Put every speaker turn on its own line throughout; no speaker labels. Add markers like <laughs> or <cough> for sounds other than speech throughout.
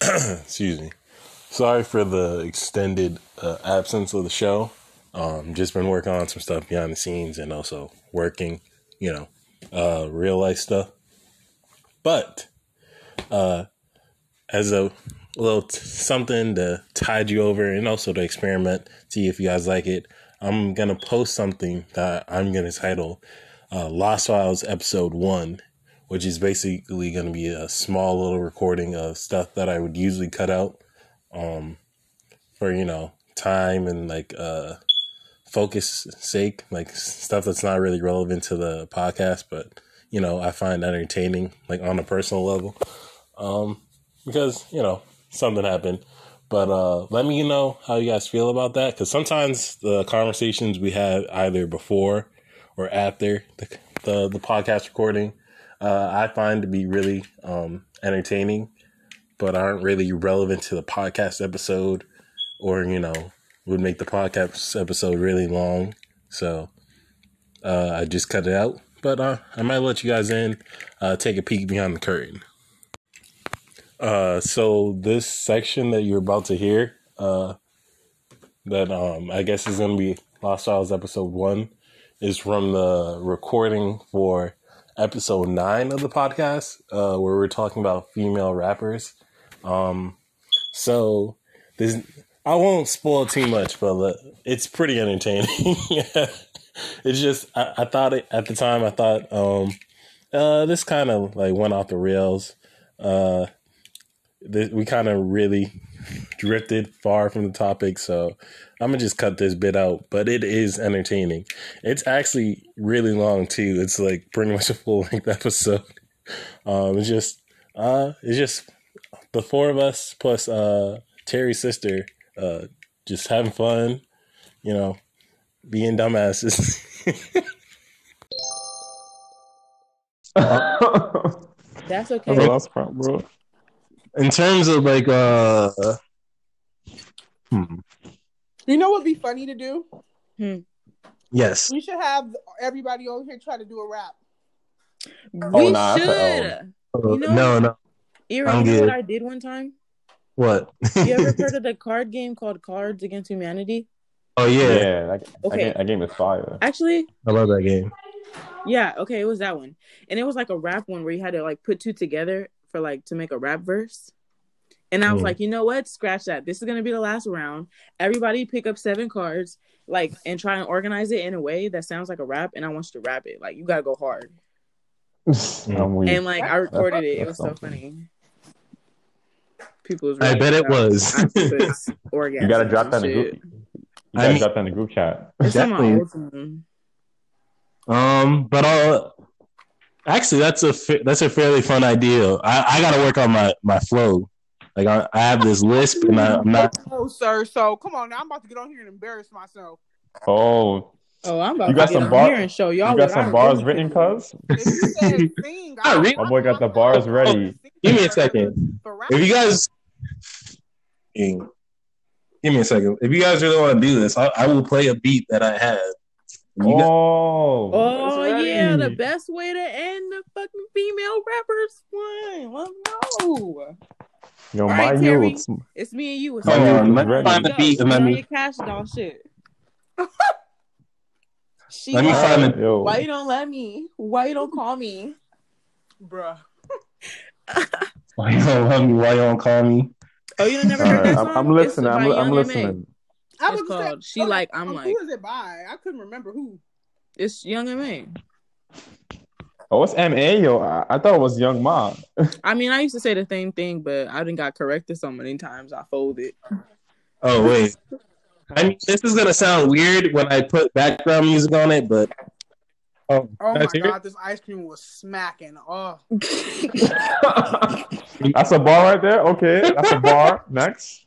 Excuse me. Sorry for the extended uh, absence of the show. Um, just been working on some stuff behind the scenes and also working, you know, uh, real life stuff. But uh, as a little t- something to tide you over and also to experiment, see if you guys like it, I'm going to post something that I'm going to title uh, Lost Files Episode 1, which is basically going to be a small little recording of stuff that I would usually cut out um, for, you know, time and like uh, focus sake, like s- stuff that's not really relevant to the podcast, but, you know, I find entertaining, like on a personal level. Um, because, you know, something happened. But uh, let me know how you guys feel about that. Because sometimes the conversations we have either before or after the, the, the podcast recording, uh, I find to be really um, entertaining, but aren't really relevant to the podcast episode or, you know, would make the podcast episode really long. So uh, I just cut it out. But uh, I might let you guys in, uh, take a peek behind the curtain. Uh, so this section that you're about to hear, uh, that um, I guess is going to be Lost Files episode one, is from the recording for episode nine of the podcast, uh, where we're talking about female rappers. Um, so this I won't spoil too much, but uh, it's pretty entertaining. <laughs> it's just I, I thought it at the time. I thought um, uh, this kind of like went off the rails. Uh, th- we kind of really drifted far from the topic, so I'm gonna just cut this bit out. But it is entertaining. It's actually really long too. It's like pretty much a full length episode. Um, it's just uh, it's just the four of us plus uh Terry's sister, uh, just having fun, you know, being dumbasses. <laughs>
Bro,
That's okay.
that's prob- bro.
In terms of like uh, hmm,
You know what'd be funny to do?
yes,
We should have everybody on here try to do a rap.
Oh,
we
nah, I
should.
felt
Uh,
You know-
no, no,
Ira,
I'm
you know
good.
what I did one time?
what?
You ever heard of the card game called Cards Against Humanity?
<laughs> oh yeah,
Yeah, that, that,
Okay.
game, that game is fire.
Actually,
I love that game.
yeah, okay, it was that one. And it was like a rap one where you had to like put two together for like to make a rap verse. And I was
Mm.
like, you know what? Scratch that. This is gonna be the last round. Everybody pick up seven cards, like, and try and organize it in a way that sounds like a rap. And I want you to rap it. Like, you gotta go hard.
I'm
Mm.
weak.
And like, I recorded it. It was
That's
so funny.
something.
People was.
I
really
bet it
shocked.
was.
I was
<laughs>
orgasming
you gotta drop
and
that in the
shit.
group. You gotta
I mean-
drop that in the group chat.
It's not my
Definitely.
old phone.
Um, but I'll actually that's a fa- that's a fairly fun idea. I, I gotta work on my my flow. Like I, I have this lisp and I, I'm not.
Oh, sir. So come on now. I'm about to get on here and embarrass myself.
Oh,
Oh, I'm about
You got
to get
some
on
bar-
here and show y'all.
you got
what
some
I
bars
really
written,
do.
cuz?
If you
<laughs>
said sing,
I read-
My boy got the bars ready.
Give me a second.
For rap.
If you guys, Dang. give me a second. If you guys really want to do this, I, I will play a beat that I have. You guys-
Oh,
Oh
that's
yeah, the
right.
best way to end the fucking female rappers one. Let's go.
Yo,
All
my
right, Terry.
youths.
It's me and you. It's
Come
me
on,
and you.
let me
Let's
find
the
go.
beat and
Put
let
on
me-
your cash
<laughs>
doll shit. she
Let me
like,
find it.
Yo,
Why you don't let me? Why you don't call me?
Bruh.
Why you don't love me? Why you don't call me?
Oh, you done never
All
heard
right,
that
I'm,
song?
I'm
It's
listening.
by
I'm, I'm
Young M.A.
listening.
I
It's
was gonna say,
called She Like I'm
um,
Like.
Who is it by? I couldn't remember who.
It's Young and Me.
Oh, it's MA, yo. I, I thought it was Young Ma.
I mean, I used to say the same thing, but I didn't got corrected so many times. I folded. <laughs>
Oh wait. I mean, this is gonna sound weird when I put background music on it, but oh,
Oh my
that's it?
god, this ice cream was smacking. Oh,
That's a bar right there. Okay, that's a bar. <laughs> Next.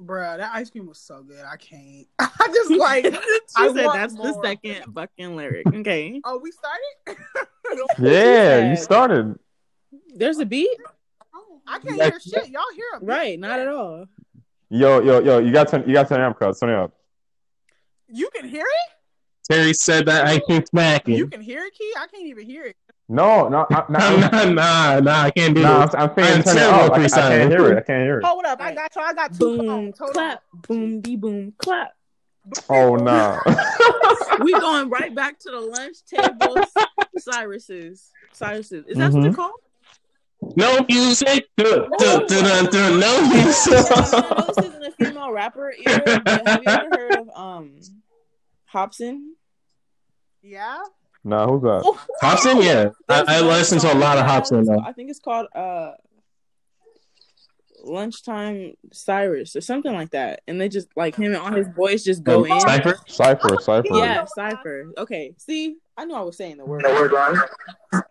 bruh, that ice cream was so good. I can't. <laughs> I
<laughs>
just like.
I said
want
that's the
more."
second fucking lyric. Okay.
Oh, we started. <laughs>
Yeah, you
said-
started.
There's a beat?
I can't
Like-
hear shit. Y'all hear a beat?
Right, not at all.
Yo, yo, yo. You got turn. You got turn it up, cuz. Turn it up.
You can hear it.
Terry said that I can smack
You
it.
can hear it, Key. I can't even hear it.
No, no, I, <laughs> no, I'm not-
<laughs> nah, nah, I can't do
no, I'm,
this.
I'm saying
I'm
turn it
terrible
off. I,
at
I
freestyling.
can't hear it. I can't hear it.
Oh.
Hold up, I got y'all. I got two
Boom,
phones. Hold up.
clap, boom, de boom, clap.
Oh no. <laughs>
we going right back to the lunch table. Cyrus's. Cyrus's. Is that what they're
Mhm.
called?
No music. <laughs> Duh, duh, duh, duh, duh, no
I <laughs>
music.
don't know this isn't a female rapper either, but have you ever heard of um Hobson?
Yeah.
Nah, who's that?
Oh,
Hobson, yeah.
There's
I, I
one
listen to a
song
lot of
he has,
Hobson, though.
I think it's called uh Lunchtime Cyrus or something like that. And they just like him and all his boys just go in.
Oh, Cypher?
Cipher, Cipher.
Yeah, Cypher. Okay. See, I knew I was saying the word. <laughs>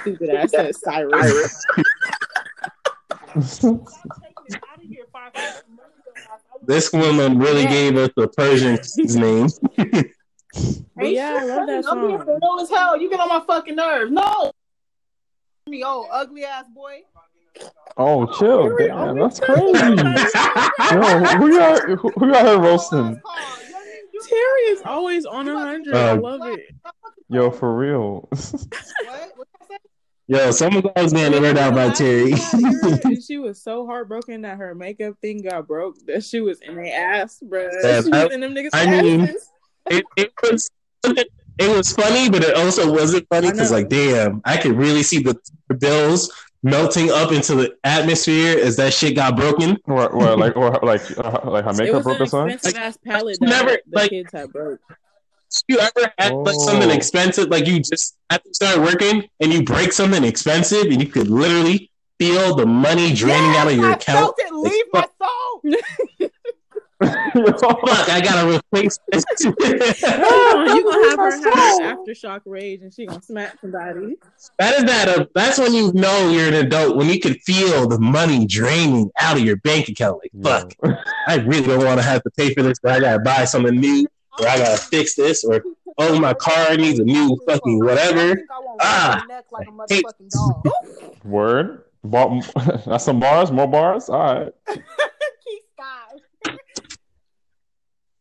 Stupid ass said Cyrus.
This woman really
Yeah.
gave us a Persian kid's name. <laughs>
But yeah, I love that
I'm being
song.
low as hell. You get on my fucking nerves. No. Me, oh, ugly ass boy.
Oh, chill.
Really?
Damn, that's
<laughs>
crazy. Yo, who you out who, who you out here roasting?
<laughs> Terry is always on a hundred. I
Uh,
love
<laughs>
it.
Yo, for real. <laughs>
What? What I say?
Yo, someone guys getting heard out by Terry. <laughs>
And she was so heartbroken that her makeup thing got broke that she was in their ass, bro.
Yeah,
she
I-
was in them niggas'
I mean-
asses.
it, it was <laughs> it was funny, but it also wasn't funny
I
because
know.
like, damn, I could really see the bills melting up into the atmosphere as that shit got broken.
Or, or like, or like, uh, like her
it
makeup
was
broke
an
or something.
expensive ass palette that
Like, never,
the
like-
kids had broke.
You ever had like something
Oh.
expensive, like you just after you start working and you break something expensive, and you could literally feel the money draining out of your
I
account.
felt it leave my soul.
Fuck, I gotta replace this. <laughs>
you gonna have her have
That's right.
an aftershock rage and she gonna smack somebody.
That is that. A, that's when you know you're an adult when you can feel the money draining out of your bank account. Like,
<laughs> Yo.
fuck, I really don't want to have to pay for this, but I gotta buy something new, or I gotta fix this, or oh, my car needs a new fucking
I
whatever.
think I want to
Ah.
wrap my neck like a
Hey.
motherfucking dog.
Word. Bar- <laughs> that's some bars. More bars. All right.
Keep stop.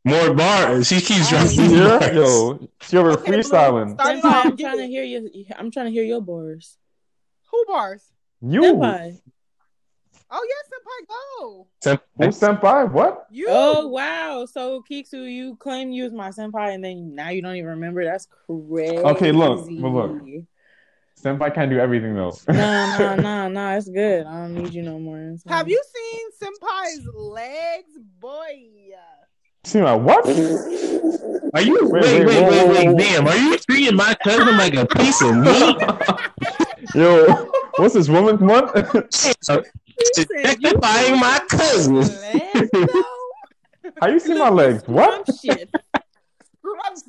More bars. She keeps dropping
<laughs> Yeah,
bars.
yo, she over
Okay, Blue,
freestyling.
start it
Senpai,
off.
I'm trying to hear you. I'm trying to hear your bars.
Who bars?
You,
Senpai.
Oh yes, Senpai, go.
who senpai? What?
You.
Oh wow! So Kiksu, you claim you was my senpai, and then now you don't even remember. That's crazy.
Okay, look, but look. Senpai can't do everything though.
Nah, nah, nah, nah. It's good. I don't need you no more. It's
Have
fine.
you seen Senpai's legs, boy?
<laughs>
See my what?
Are you wait
Wait,
wait
wait,
wait
whoa,
wait,
whoa, whoa.
damn? Are you treating my cousin like a piece of meat?
Yo, what's this woman's
<laughs>
month?
<laughs>
said you-
Objectifying my cousin.
Legs, though.
How you see my legs? What?
Dumb shit.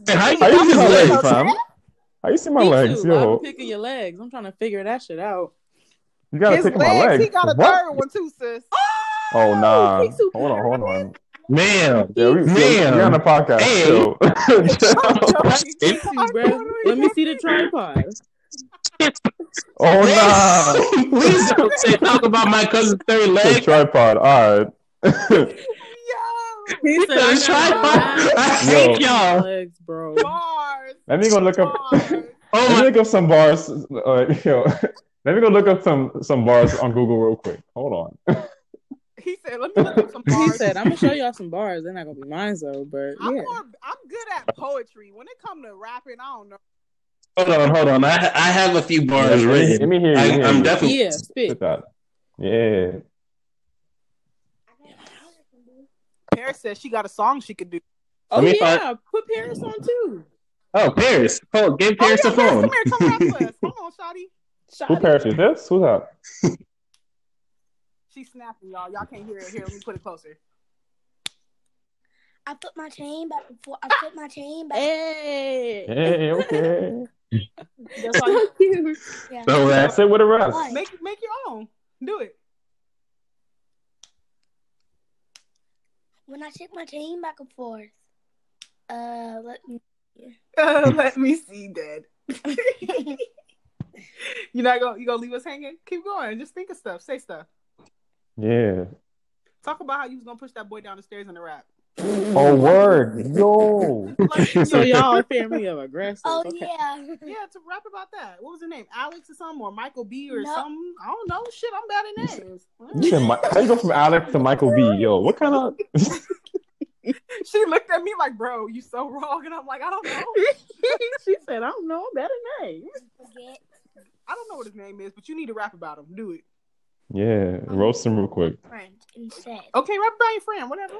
How you
How you see my
Legs,
legs, fam? How you see <laughs> my
Kiksu,
legs?
I'm
Yo,
picking your legs. I'm trying to figure that shit out.
you gotta
His
pick
legs.
up my legs.
He got a
What?
third one too, sis.
Oh nah.
Kiksu
<laughs>
Hold on, hold on.
Man,
Yeah, we,
Man.
we on the podcast. <laughs>
<laughs>
Hey.
Yo.
it-
Kiksu, bruh. Let me see the tripod.
oh
<laughs> Please don't say talk about my cousin's third
nah. The
leg.
tripod. All right. <laughs>
Yo,
He said,
The
<laughs>
tripod. I hate
Yo.
y'all.
legs, bro.
bars.
Let me go look up.
Bars.
Oh
<laughs> Let
my
me look up some bars. Uh, yo, <laughs> let me go look up some some bars on Google real quick. Hold on.
He said, "Let me look up some
<laughs> He
bars."
said, "I'm gonna show y'all some bars. They're not gonna be mine, though." But
I'm,
yeah,
more, I'm good at poetry. When it comes to rapping, I don't know.
Hold on, hold on. I I have a few
let,
bars
me, let
written.
me hear you.
I,
let me hear
I'm
you.
definitely
yeah,
Look
spit.
at that. Yeah.
Paris said she got a song she could do.
Oh
me
yeah, put Paris on too.
Oh, Paris. Oh, give Paris
oh,
the
yeah, Paris,
phone.
Come here, come rap with us. Come on, Shotty.
Who
Shawty.
Paris is this? Who's that?
She's snapping, y'all. Y'all can't hear it. Here, let me put it closer.
I put my chain back before I put my chain back.
Hey,
Hey,
<laughs>
okay.
That's all you-
cute.
Yeah.
So uh, that's
That's it with the rest.
Why?
make make your own. Do it.
When I shake my chain back and forth. Uh, let me.
Uh,
Oh,
let me see, Dad. You're not gonna <laughs> you gonna leave us hanging? Keep going. Just think of stuff. Say stuff.
Yeah.
Talk about how you was gonna push that boy down the stairs in the rap.
Oh word, yo.
Like, yeah,
So y'all a family of aggressors.
Oh
okay.
yeah. <laughs>
yeah, to rap about that. What was the name? Alex or something, or Michael B or
No.
something. I don't know. Shit, I'm bad at names.
You said Mi- how you go from Alex to Michael B? Yo, what kind of?
<laughs> she looked at me like, bro, you so wrong. And I'm like, I don't know.
<laughs>
she said, I don't know a better name.
Forget.
I don't know what his name is, but you need to rap about him. Do it.
Yeah, roast him real quick.
friend instead.
Okay, rap about your friend, whatever.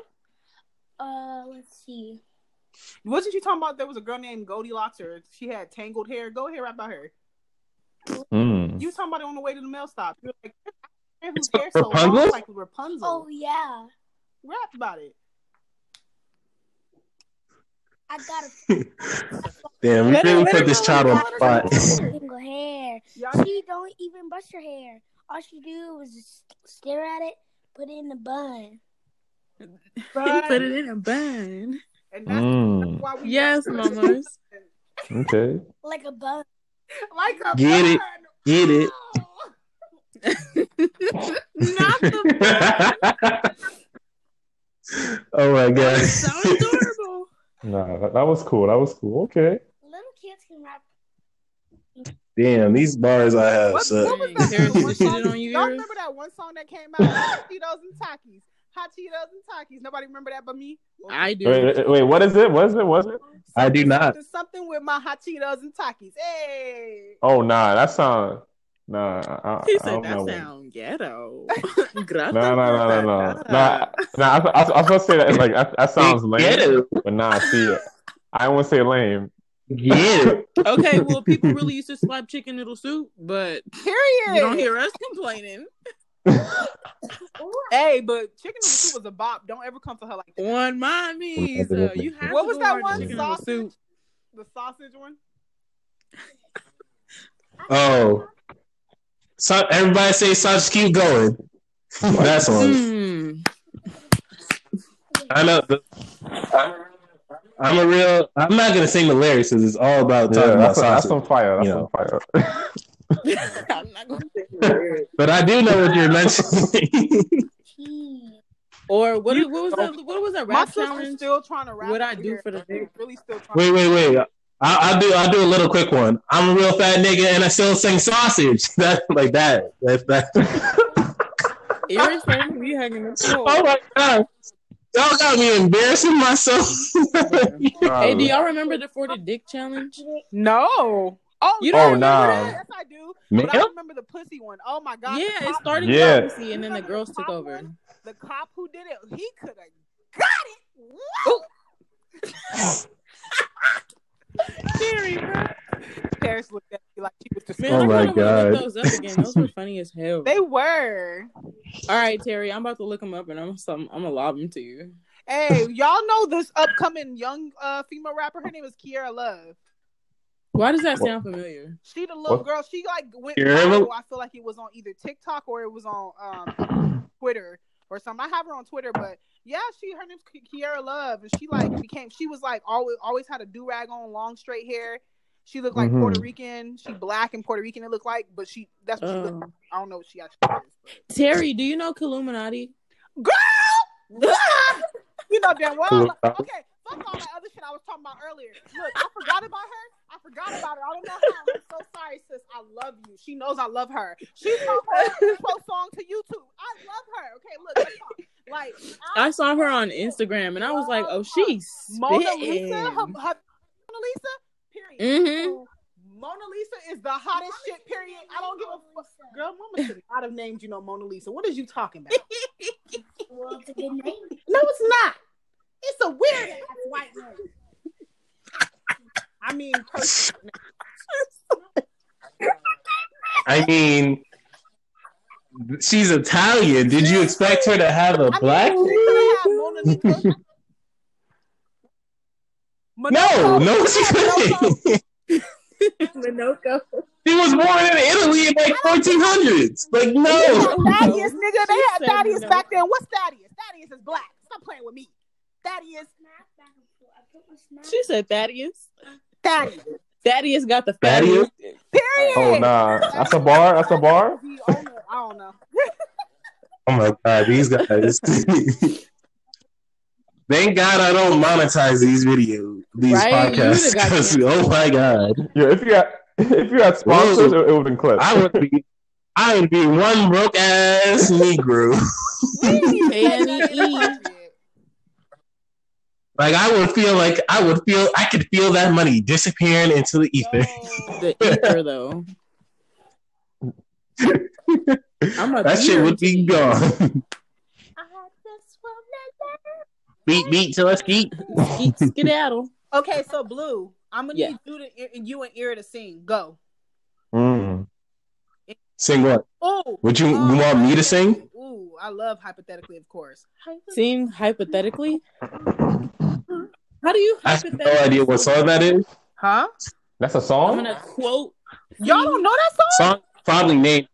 Uh, let's see.
Wasn't you talking about there was a girl named Goldilocks or she had tangled hair? Go ahead, rap about her.
Mm.
You were talking about it on the way to the mail stop. You're like, "Her
It's
hair so long,
Rapunzel?
like Rapunzel.
Oh yeah,
Rap about
<laughs>
it.
I got a
Damn, we
Let her-
really
let
put
her
this
go,
child on
let her
the
<laughs>
go.
spot.
single hair.
Y'all,
She don't even brush her hair. All she do is just stare at it, put it in a bun.
Right.
Put it in a bun.
and that's
Mm.
why we <laughs>
Yes, mamas. <laughs>
Okay.
Like a bun.
like oh, a
Get it.
bun.
Get it. <laughs>
Not the bun.
Oh my
That
god.
was so adorable.
Nah, that, that was cool. That was cool. Okay.
Little kids can rap.
Damn, these bars I have
What,
suck.
what was
Dang,
that?
Terrence,
one
you cheated
song-
on you,
Y'all
yours?
remember that one song that came out? Hot Cheetos and Takis. Hot Cheetos and Takis. Nobody remember that but me?
I do.
Wait, wait, wait, what is it? What is it? What is it?
I do not.
There's something with my hot Cheetos and Takis. Hey.
Oh nah, that sound nah. I,
He
I
said
don't
that
know.
sound <laughs> ghetto.
No, no, no, no,
<laughs>
no, nah, nah. I, I, I was supposed to say that like that, that sounds lame,
Get it.
but nah. See, I won't say lame.
Get it.
Okay, well, people really used to slap chicken noodle soup, but
Period.
you don't hear us complaining.
Hey, but chicken noodle soup was a bop. Don't ever come for her like that.
On my knees, uh, you have
What
to
was
go
that
hard to
one
chicken noodle
sausage?
soup.
The sausage one.
Oh. So everybody say Sasha keep going. That's one.
Mm.
I know the, I'm a real I'm not gonna sing the lyrics because it's all about talking
Yeah,
about
that's, that's
sausage.
some fire. That's
You
some
know.
fire.
<laughs> I'm not gonna say it.
But I do know what you're mentioning.
Tea.
<laughs> Or what? what was that? What was that
My
rap
sister's
challenge?
still trying to rap.
What I
over
do
here.
for the day.
Really still trying.
wait, wait, wait. I, I'll do I'll do a little quick one. I'm a real fat nigga and I still sing sausage. <laughs> That like that. That, that.
Iris, we hugging the floor.
Oh my god. Y'all got me embarrassing myself. <laughs>
Hey, do y'all remember the for the dick challenge?
No. Oh,
You
don't
no.
remember that?
Yes, I do.
Man,
But I remember the pussy one. Oh my god.
Yeah,
the
it
cop,
started
Yeah.
with Lucy, and then the girls took over.
the cop who did it. He could have got it. Woo!
Oh.
<laughs>
Scary, bro.
Paris looked at me like she was
Man,
disgusted.
Oh
I
my
kind of want to
God.
look those up again. Those were funny as <laughs> hell.
They were.
All right, Terry, I'm about to look them up, and I'm some, I'm gonna lob them to you.
Hey, y'all know this upcoming young uh, female rapper. Her name is Kiara Love.
Why does that sound familiar?
She the little
What?
girl. She like went
Kiara
viral.
Love?
I feel like it was on either TikTok or it was on um, Twitter or something. I have her on Twitter, but yeah, she her name's Ki- Kiara Love, and she like became. She was like always always had a do rag on, long straight hair. She looked like
Mhm.
Puerto Rican. She black and Puerto Rican. It looked like, but she that's what she looked.
Oh.
Like. I don't know what she actually is. But.
Terry, do you know Kaluminati?
<laughs> you know damn well.
Look,
Okay, fuck all that other shit I was talking about earlier. Look, I forgot about her. I forgot about her. I don't know how. I'm so sorry, sis. I love you. She knows I love her. She told her intro song to YouTube. I love her. Okay, look, let's talk. like
I saw her on Instagram, and I was like, oh, she's
Mona Lisa. Mm-hmm. Her, her,
spitting.
Mona Lisa. Period.
Mm-hmm.
Mona Lisa is the hottest shit. Period. I don't give a fuck. Girl, Mama should not have named you no Mona Lisa. What is you talking about?
Well, it's a good name.
No, it's not. It's a weird ass white woman. I mean, person-
I mean, she's Italian. Did you expect her to have a
I mean,
black?
she could have Mona <laughs> Lisa.
No,
Monaco.
no, she
<laughs>
couldn't.
Minoko.
She was born in Italy in like 1400s. Like,
They had
no.
Thaddeus, nigga. They
She
had
said
Thaddeus
no.
back then. What's Thaddeus? Thaddeus is black. Stop playing with me. Thaddeus,
She said Thaddeus.
Thaddeus.
Thaddeus got the
Thaddeus?
Thaddeus.
Period.
Oh nah, that's a bar. That's a bar.
The owner, I don't know.
Oh my God, these guys. <laughs> Thank God I don't monetize these videos, these
Right? You
podcasts.
would've got
'cause,
canceled.
oh my God,
Yeah, if you got <laughs> if you got sponsors, it would include.
I would be, I would be one broke ass Negro. <laughs>
We ain't even said nothing
N E E.
inappropriate.
Like I would feel like I would feel I could feel that money disappearing into the
E.
ether.
<laughs>
No.
The ether
<laughs>
though. I'm a
that shit would be <laughs> gone.
I had this woman.
beat beat till it's beat.
Skeet, skedaddle.
Okay, so Blue, I'm gonna
Yeah.
need you to you and Ira to sing. Go.
Mm.
Sing what?
Oh,
Would you, you want me to sing?
Ooh, I love hypothetically, of course.
Seeing hypothetically, how do you
I have no idea what song that is.
Huh?
That's a
I'm
song.
gonna quote.
Y'all don't know that song?
Song probably named.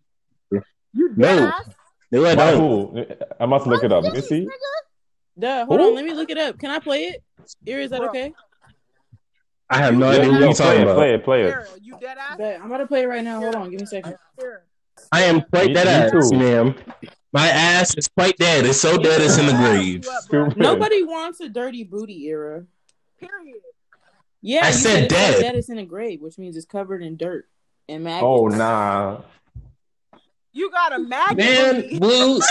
You
No.
dumbass.
No, I
By
don't.
who? I'm about to look it up. Let me see.
Duh, hold
Who?
on, let me look it up. Can I play it? Ear, is that
Bro.
okay?
I have no
Yeah,
idea what
yo,
you're talking
play it,
about.
play it, play it.
Ira, you dead ass.
Bet. I'm about to play it right now. Hold on, give me a second.
Ira.
I am quite
Me-
dead
me
ass,
too.
ma'am. My ass is quite dead. It's so dead it's in the grave.
You up, bro.
Stupid.
Nobody wants a dirty booty era.
Period.
Yeah,
I
you
said
it's like
dead.
dead is in a grave, which means it's covered in dirt and maggots.
Oh nah.
You got a maggot.
Man,
booty.
<laughs> blues.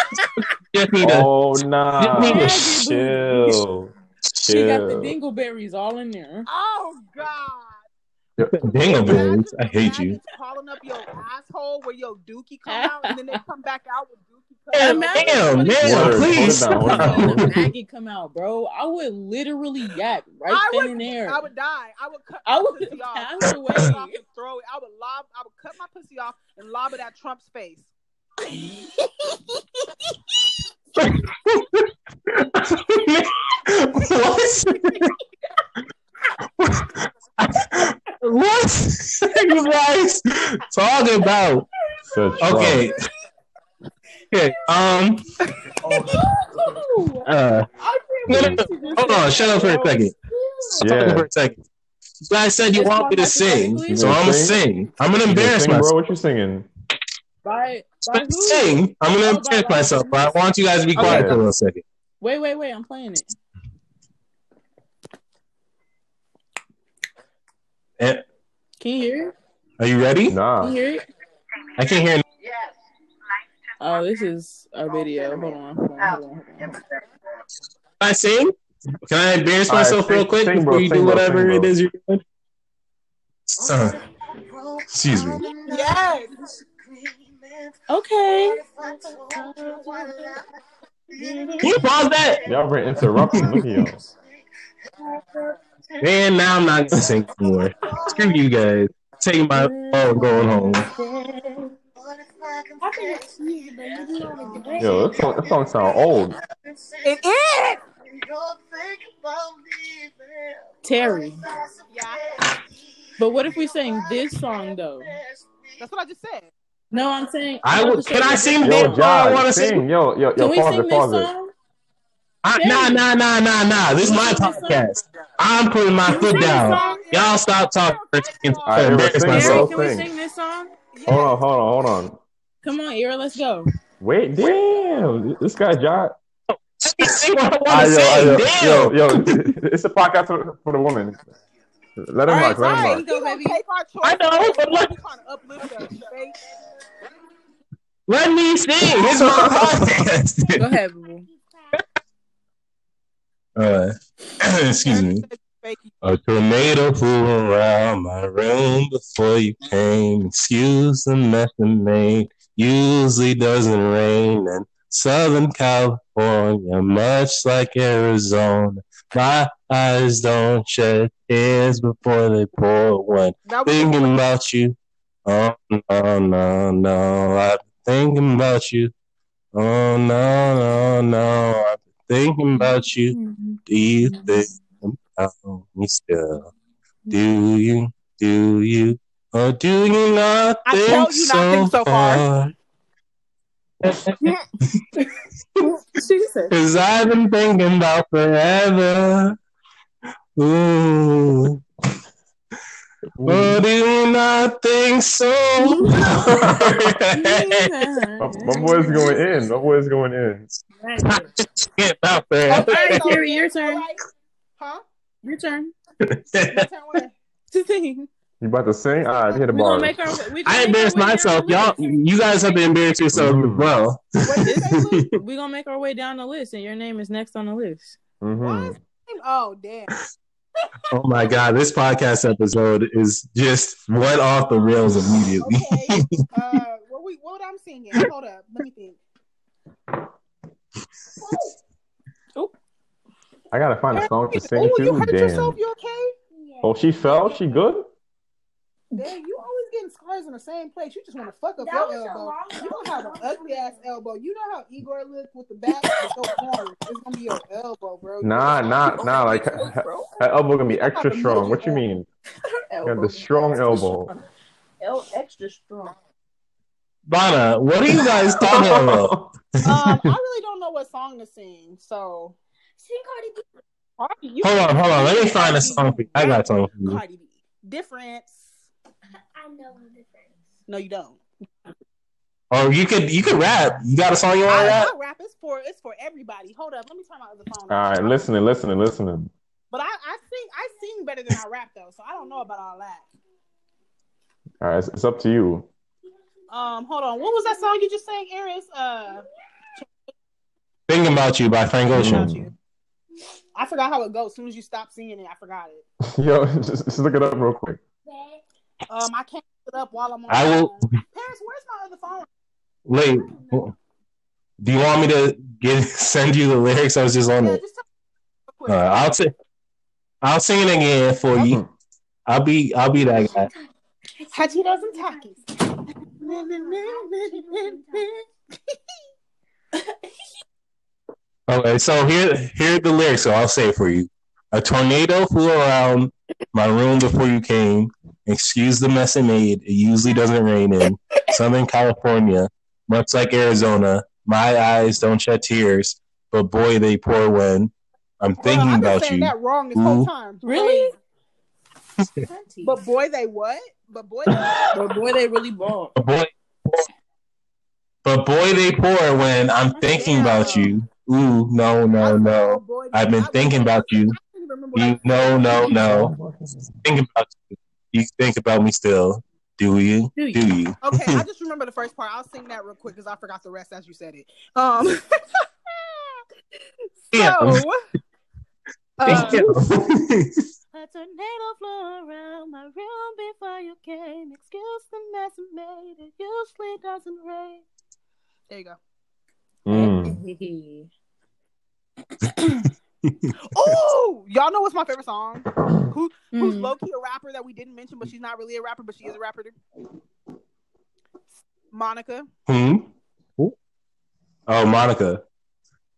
Just need to
Oh nah.
Maggie
Chill.
She got the
Chill.
dingleberries all in there.
Oh God.
Dingleberries. I hate
Imagine
you.
Calling up your asshole where your dookie come out, and then they come back out with dookie.
Damn,
come out.
damn,
Word,
damn, please.
hold it down, hold it down, hold it
stop.
down.
When maggot come out, bro, I would literally yak right
I
then
would-
and there. <laughs>
I would die. I would cut.
I
my
would
pussy off,
pass
cut
away.
it off and throw it. I would lob. I would cut my pussy off and lob it at Trump's face.
what? <laughs> what you guys talking about?
Such
Okay. Okay. Um. Uh,
I
no,
can't
no,
believe she
no.
just said
Hold on. Shut up for a
that.
second. Stop
Yeah.
for a second. You guys said you
It's
want me to
called
sing,
hypothetically.
so I'm gonna sing. I'm gonna
You
embarrass
sing, bro.
myself.
What you singing?
By, by
I'm gonna
who?
sing. I'm
Oh,
gonna
by
embarrass
Robin
myself, but I
Williams?
want you guys to be
Okay.
quiet for a little second.
Wait, wait, wait. I'm playing it.
Eh,
Can you hear it?
Are you ready?
Can you
Nah.
hear it?
I can't hear.
Oh, this is a video. Hold on. Hold on. Hold on. Hold on.
Can I sing? Can I embarrass
All right,
myself
sing-
real quick
sing,
before
bro,
you
sing,
do
bro,
whatever
sing,
it
bro.
is you're doing? Son, excuse me.
Yes.
Okay.
Can you pause that?
Y'all been interrupting. Look at y'all.
Man, now I'm not gonna sing anymore. Screw you guys. Taking my phone, going home.
I think it's easy, but you do it with the brain.
Yo, that song, that song sound old.
It is.
Terry.
Yeah.
But what if we sing this song though?
That's what I just said.
No, I'm saying
I
I'm
would. Can I sing
Yo,
this?
Can
song I want
Josh,
to sing.
sing. Yo, yo, yo,
we
pause
sing
it,
this
pause it.
song?
I, nah, nah, nah, nah, nah. This is my podcast. I'm putting my
Can we
foot
sing this
down.
song?
Y'all stop talking for a second
All
right,
to
here,
embarrass
sing,
Terry,
myself.
bro.
can we
sing.
sing this song?
Yes.
Hold on, hold on, hold on.
Come on, Era, let's go.
Wait, damn. This guy, Josh.
Let me sing what I
Ah,
want to
yo, ah,
sing.
yo,
Damn.
yo, yo, <laughs> it's a podcast for, for the woman. Let him
All
rock, let him rock.
right, all right.
We gonna
Baby.
take our
I
choices.
know, but let,
We trying to uplift us. babe.
let me sing. It's my
<laughs>
podcast. <laughs>
Go ahead, boo.
<laughs>
Uh, <clears throat> excuse me.
Babe, you
A tornado flew around my room before you came. Excuse the mess I made. Usually doesn't rain in Southern California, much like Arizona. My eyes don't shed tears before they pour one.
That was
Thinking about you. Oh, no, no, no. I've been thinking about you. Oh, no, no, no. I've been thinking about you. Do you think about me still? Do you? Do you? Or do you not
I
think,
told you
so,
not think so
far?
far.
She said,
Cause I've been thinking about forever.
Mm-hmm.
Ooh. Or do you not think so?
Mm.
far?
<laughs>
My, my boy's going in. My boy's going in.
Exactly.
Skip out there.
All right, Carrie, your turn.
All right. Huh?
Your turn
Your turn what?
to sing.
You about to sing? All right, hit the
We're gonna
bar.
make our. We
<laughs> I embarrassed myself. Y'all,
<laughs>
you guys have to embarrass yourself as
Mm.
well.
What did you say, Luke?
We're gonna make our way down the list, and your name is next on the list.
hmm
Oh damn.
Oh my god, this podcast episode is just right off the rails immediately.
Okay. Uh, what we what I'm singing? Hold up. Let me think.
I gotta find a song to sing
Oh, you
to.
hurt yourself.
Damn.
You okay?
Yeah.
Oh, she fell. She good?
Damn, you always getting scars in the same place. You just want to fuck up
That
your
was a
elbow.
long-
you don't have an ugly ass elbow. You know how Igor looked with the back is so orange. It's gonna be your elbow, bro.
Nah, nah, nah. Like her, <laughs> her
Bro,
her elbow gonna be extra strong. What you mean? You got the strong elbow.
El- extra strong.
Bana, what are
<laughs>
you guys talking about?
Um, I really don't know what song to sing, so
Sing Cardi B.
Cardi, you-
Hold on, hold on. Let me find a song for you. I got a song for you.
Cardi B. Difference.
I know the difference.
No, you don't.
Oh, you could you could rap. You got a song you want to
I,
rap?
my rap is for it's for everybody. Hold up, let me turn my other phone.
All right, listening, listening, listening.
But I, I sing I sing better than I rap though, so I don't know about all that.
All right, it's, it's up to you. <laughs>
Um, hold on. What was that song you just sang, Eris? Uh,
Thinking About You by Frank
about
Ocean.
you. I forgot how it goes. As soon as you stop singing it, I forgot it.
Yo, <laughs> just, just look it up real quick.
Bad.
Um, I can't look it up while I'm on.
I
the
will-
phone. Paris, where's my other phone?
Wait, do you want me to get <laughs> send you the lyrics? I was just on
Yeah,
it.
just tell me
Uh, I'll sing. I'll sing it again for
Oh.
you. I'll be I'll be that guy.
Tachitos and Takis.
Okay, so here here are the lyrics. So I'll say it for you. A tornado flew around my room before you came. Excuse the mess it made. It usually doesn't rain in Southern California, much like Arizona. My eyes don't shed tears, but boy, they pour when I'm thinking
Bro, I've been
about
saying
you.
that wrong this whole
Ooh.
time.
Really?
<laughs> But boy, they what? But boy, they
But boy, they really ball.
But boy, but boy, they pour when I'm thinking about you. Ooh, no, no, no.
Boy,
I've been
I-
thinking about you.
I don't even remember what I
<laughs> You, no, no, no. Think about you. You think about me still. Do you?
Do you?
Do you?
Okay, I just remember the first part. I'll sing that real quick because I forgot the rest as you said it. Um, <laughs>
Yeah. <laughs>
so, uh,
Thank you.
a tornado flew around my room before you came. Excuse the mess I made. It usually doesn't rain. There you go.
Mm.
<laughs>
Oh, y'all know what's my favorite song? Who's
Mm.
low key a rapper that we didn't mention, but she's not really a rapper, but she is a rapper. Monica.
hmm? Oh, Monica.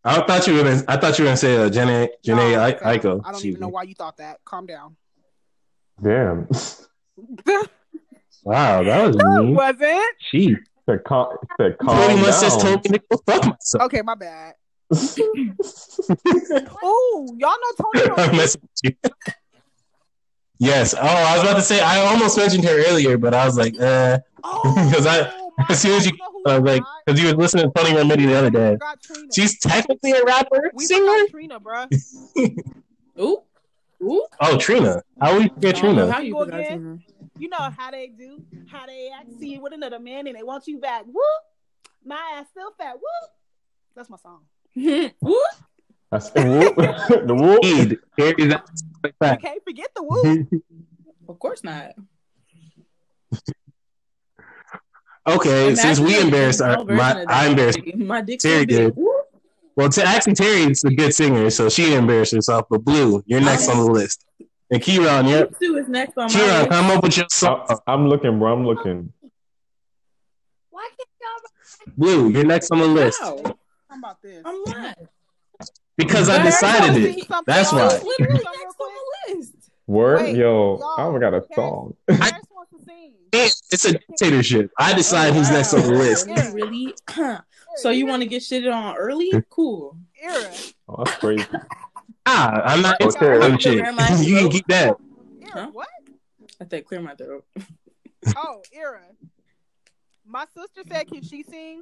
I thought you were gonna. I thought you were gonna say uh, Janae Janae
Nah,
I-
okay.
Aiko.
I don't
Excuse
even know
me.
why you thought that. Calm down.
Damn.
<laughs> Wow, that was mean.
Was it?
She
Said cal- said
pretty
calm
much
down.
just told me to go fuck <laughs> myself.
Okay, my bad.
<laughs>
Oh, y'all know
<laughs>
Tony.
I'm
Montana?
messing with you. Yes. Oh, I was about to say I almost mentioned her earlier, but I was like, uh,
Oh,
<laughs> 'Cause I-
my
as soon as you-
know who
I
I
was like,
forgot?
because you were listening to Tony Remedy the other
We
day.
forgot Trina.
She's technically a rapper,
we
singer.
forgot Trina, bro.
Ooh, ooh.
Oh, Trina. How we forget
I don't know
Trina?
how you
Go
forgot
again.
Trina.
You know how they do, how they act, see you with another man, and they want you back. Whoop, my ass still fat. Whoop, that's my song.
Ooh.
That's the whoop. the whoop. <laughs>
Indeed. There is that-
You
like that.
can't forget the whoop.
Of course not.
Okay, since
Imagine
we
a
embarrassed, our,
female version
my,
of that.
I embarrassed.
My dick.
Terry
so big.
did.
Ooh.
Well, to, actually, Terry is a good singer, so she embarrassed herself. But Blue, you're next
Okay.
on the list. And Kieran, you're
You Two is next on my
Kieran,
list.
come up with your song.
I, I'm looking, bro. I'm looking.
Why can't y'all?
Blue, you're next on the list
Wow.
How about this?
I'm lying.
because Mm-hmm. I
Why are you
decided it.
Sing something else.
That's why.
Who's literally
Something real
next
<laughs>
on the list?
Word,
Wait,
yo.
y'all,
I don't got a
Paris-
song.
Paris wants to sing.
It- It's a dictatorship. I decide who's
Oh,
next on the
wow.
list.
You Really? <clears throat> so you want to get shitted on early? Cool.
Era,
Oh, that's
<laughs>
crazy.
Ah, I'm not
Okay.
I'm shit. <laughs> You can keep that.
era,
Huh?
what?
I think clear my throat.
Oh, era. My sister said, "Can she sing?"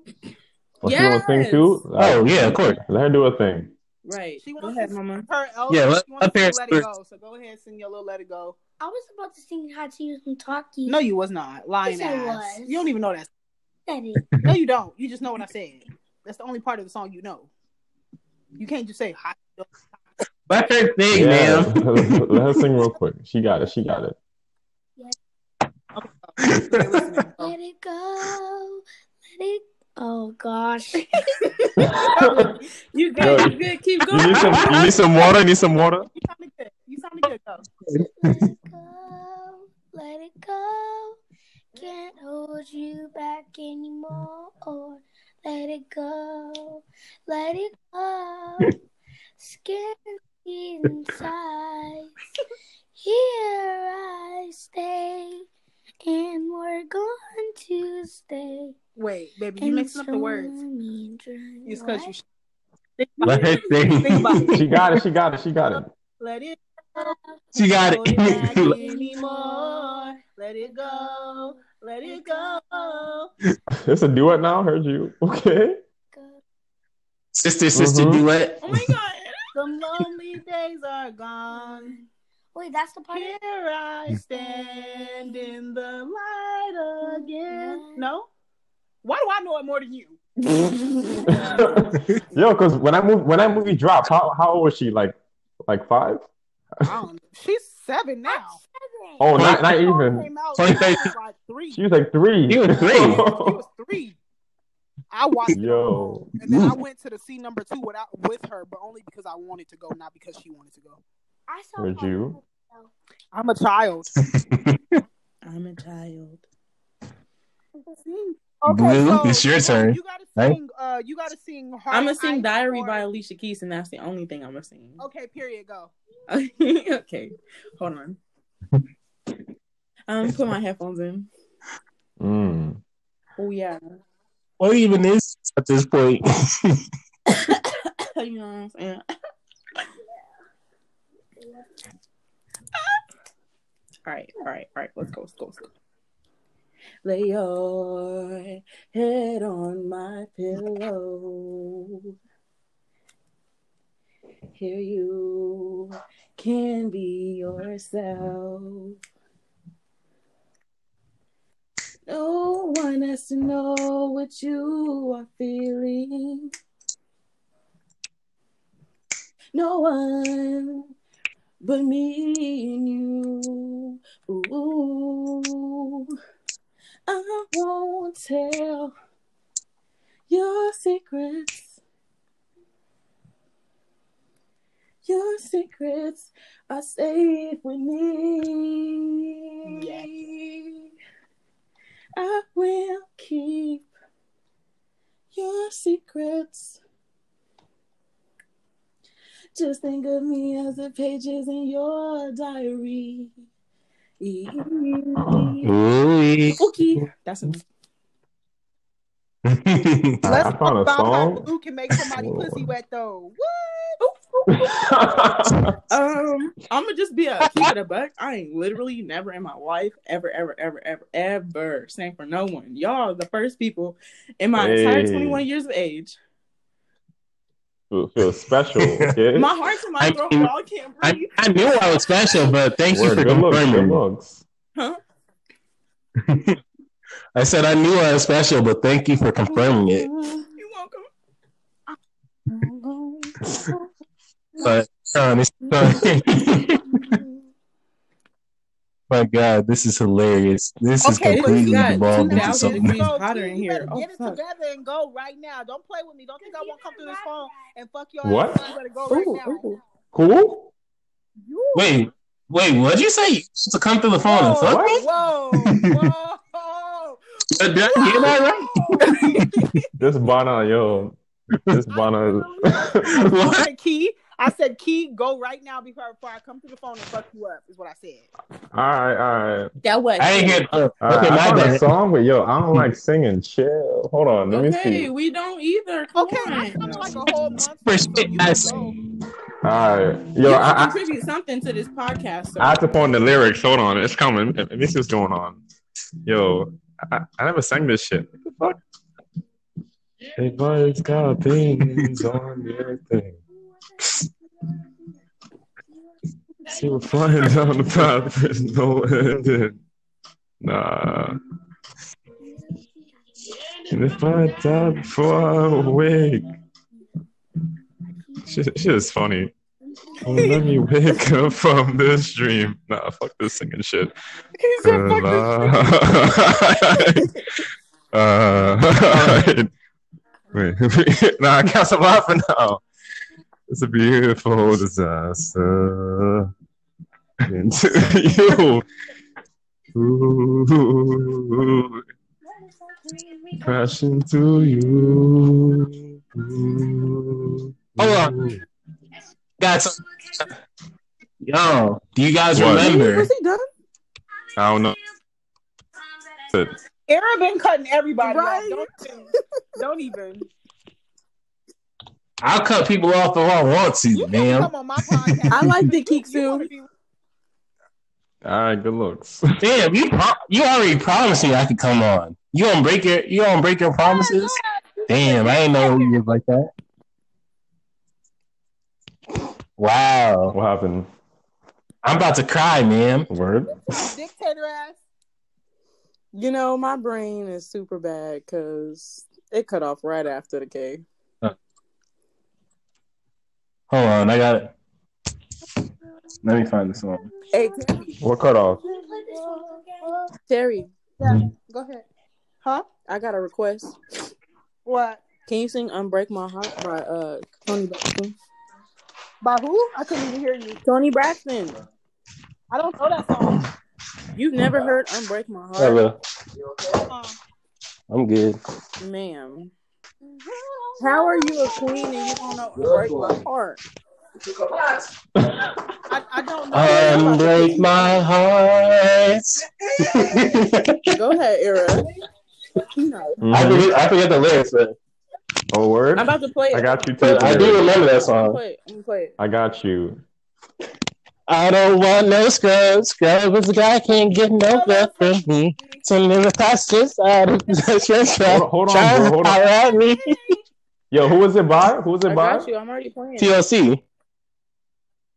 Was she doing a thing too?
Oh, yeah, of course.
Let her do a thing.
Right.
She
Go
wants
ahead,
to
mama.
her elder.
Yeah, let-
she wants
up
to
here,
let it
Spurs.
go. So go ahead and sing your little let it go.
I was about to sing Hot Cheese from Talkie.
No, you was not. Lying
Yes, I
ass.
was.
You don't even know
<laughs>
that.
said it.
No, you don't. You just know what I said. That's the only part of the song you know. You can't just say
<laughs>
hot.
Let her thing,
yeah.
man.
<laughs> Let her sing real quick. She got it. She got it. <laughs>
You're listening, bro.
Let it go. Let it. Oh gosh.
you,
You good?
Yo,
you good? Keep <laughs> going.
need some, you need some water. You need some water.
You sounded good. You sounded good though.
let
<laughs>
it go. Let it go. Can't hold you back anymore. Let it go. Let it go. Skin inside. Here I stay. And we're going to stay.
Wait, baby, you mixing up the words. You
You
just cut you. sh- Think about
Let her
it. Think
thing.
about it.
<laughs>
She got it. She got it. She got it.
Let it
She got <laughs>
Oh,
go back
it.
anymore. Let it go. Let it go. Oh
It's a duet now. Heard you. <laughs> Okay.
sister, sister,
Mhm.
duet.
Oh my
<laughs>
god. The lonely days are gone.
Wait, that's the part.
Here I stand in the light again. No? Why do I know it more than you?
<laughs> Yo, because when I move, when that movie dropped, how how old was she? Like, like five?
She's seven now.
Oh,
Twenty-
not not even.
Came out,
Twenty
she was
thirteen.
like three.
She was like three.
She was three.
She was three. I watched it on
Yo.
my own. and then I went to the C number two without with her, but only because I wanted to go, not because she wanted to go.
I saw
Would
part
you?
I'm a
<laughs>
child.
I'm a child.
Blue, it's your turn.
You gotta
Right?
sing. Uh, you gotta sing. Heart
I'm gonna sing
Ice
"Diary" by
or-
Alicia Keys, and that's the only thing I'm gonna sing.
Okay, period. Go.
Oh. <laughs> okay, hold on.
<laughs>
I'm put my headphones in.
<laughs> Mm.
Oh yeah,
What even is at this <laughs> point?
<laughs> you know what I'm saying. All right, all right, all right. Let's go, let's go, let's go. Lay your head on my pillow. Here you can be yourself. No one has to know what you are feeling. No one but me and you. Ooh, I won't tell your secrets. Your secrets are safe with me. I will keep your secrets. Just think of me as the pages in your diary.
Ooh.
Okay, <laughs> that's enough.
All right, I found a
about how
song.
glue can make somebody
Whoa.
pussy wet though. What?
Um, I'm gonna just be a keep it a buck. I ain't literally never in my life ever, ever, ever, ever, ever sang for no one. Y'all are the first people in my entire
Hey.
21 years of age.
Feel- Feel special. Okay.
My heart's in my
I
throat,
mean-
but I can't
I,
breathe.
I knew I was special, but thank you
Word.
for
Good looks. Good
confirming.
looks.
Huh?
I said I knew I was special, but thank you for confirming it.
You welcome.
But um, it's, <laughs> my God, this is hilarious. This is
Okay, but
completely
you got
devolved into
2,000
something.
degrees hotter in
you
here.
better
Oh,
get it
fuck.
together and go right now. Don't play with me. Don't think I won't come through this phone and fuck your
What?
ass. You better go right
Ooh,
now.
ooh.
Who?
You.
Wait, wait, what'd you say? To come through the phone
Oh,
and fuck me?
whoa, whoa, <laughs> whoa.
Did I get that right? <laughs>
This Bana, yo. This
<laughs>
Bana.
I
What?
said, Key, I said, Key, go right now before, before I come through the phone and fuck you up, is what I said.
all right, all right.
That was
I didn't get. Uh,
All right,
okay,
I
my
found a
bad.
song, but yo, I don't
<laughs>
like singing. Chill. Hold on, let me
Okay,
see.
we don't either. Come
Okay, I
on.
sounded like a whole monster.
For
So
shit,
you can
guys.
go.
All right,
You
yo,
can
I, I,
contribute something to this podcast, sir.
I have to phone the lyrics. Hold on, it's coming. This is going on. Yo, I, I never sang this shit. What the fuck?
Everybody's got opinions on everything.
She was flying down the path with no end. in. Nah. And if I die before I'm awake, shit, shit is funny. Oh, let me wake <laughs> up from this dream. Nah, fuck this singing shit.
He said,
Cause
"Fuck this
I- <laughs> uh, <laughs> wait, <laughs> nah, Casablanca for now. It's a beautiful disaster. Into <laughs> you. Ooh, crash into you. Ooh.
Hold on. That's yo. Do you guys
What?
remember?
Was he done?
I don't know. But
Aaron been cutting everybody
Right.
off. Don't even. Don't
<laughs>
even.
I'll cut people off if I want
You
to,
can't
man.
come on my podcast.
I like the Kiksu.
You wanna be-
all right, good looks.
Damn, you pro- you already promised me I could come on. You don't break your you don't break your promises. Damn, I ain't know you was like that. Wow,
What happened?
I'm about to cry, man.
Word?
Dictator ass.
You know, my brain is super bad because it cut off right after the K.
Hold on, I got it. Let me find this one.
Hey,
What cut off?
Terry,
Yeah. Go ahead. Huh?
I got a request.
What?
Can you sing "Unbreak My Heart" by uh Tony Braxton?
By who? I couldn't even hear you.
Tony Braxton.
I don't know that song.
You've never heard "Unbreak My Heart,"
Hello,
Um,
I'm good.
ma'am? How are you a queen and you don't know "Unbreak My Heart"?
I, I don't know.
Unbreak Um, my
<laughs>
heart.
Go ahead, Era. You know,
I
Mhm.
forget, I forget the lyrics, but,
Oh, word?
I'm about to play it.
I got you too.
but I do remember
I'm gonna
that song.
play it. I'm gonna play it.
I got you.
I don't want no scrub. Scrub is a guy can't get no love from me. Send in the fastest out of the
<laughs>
chest. Try
Hold- hold on,
try
bro,
to
hold on.
holler at me.
Yo, who was it by? Who was it
I
by? <laughs>
got you. I'm already playing. it.
TLC.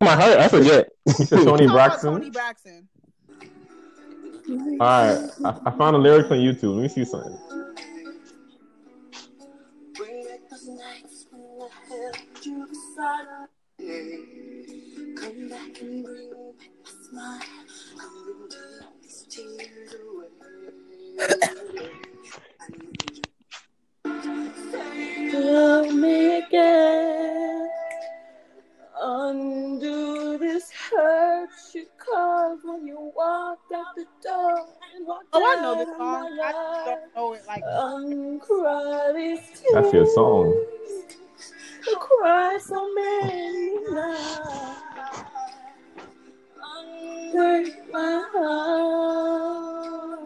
My heart, I forget.
He said Tony
Tony Braxton.
Braxton.
Tony Braxton.
All right, I, I found the lyrics on YouTube. Let me see something.
Love me again. Undo this hurt you caused when you walked out the door and walked
Oh, I know this
out of
song.
my
I just
life.
don't know it like
Uncry these
That's your song.
tears. I cry so many nights. Unbreak my heart.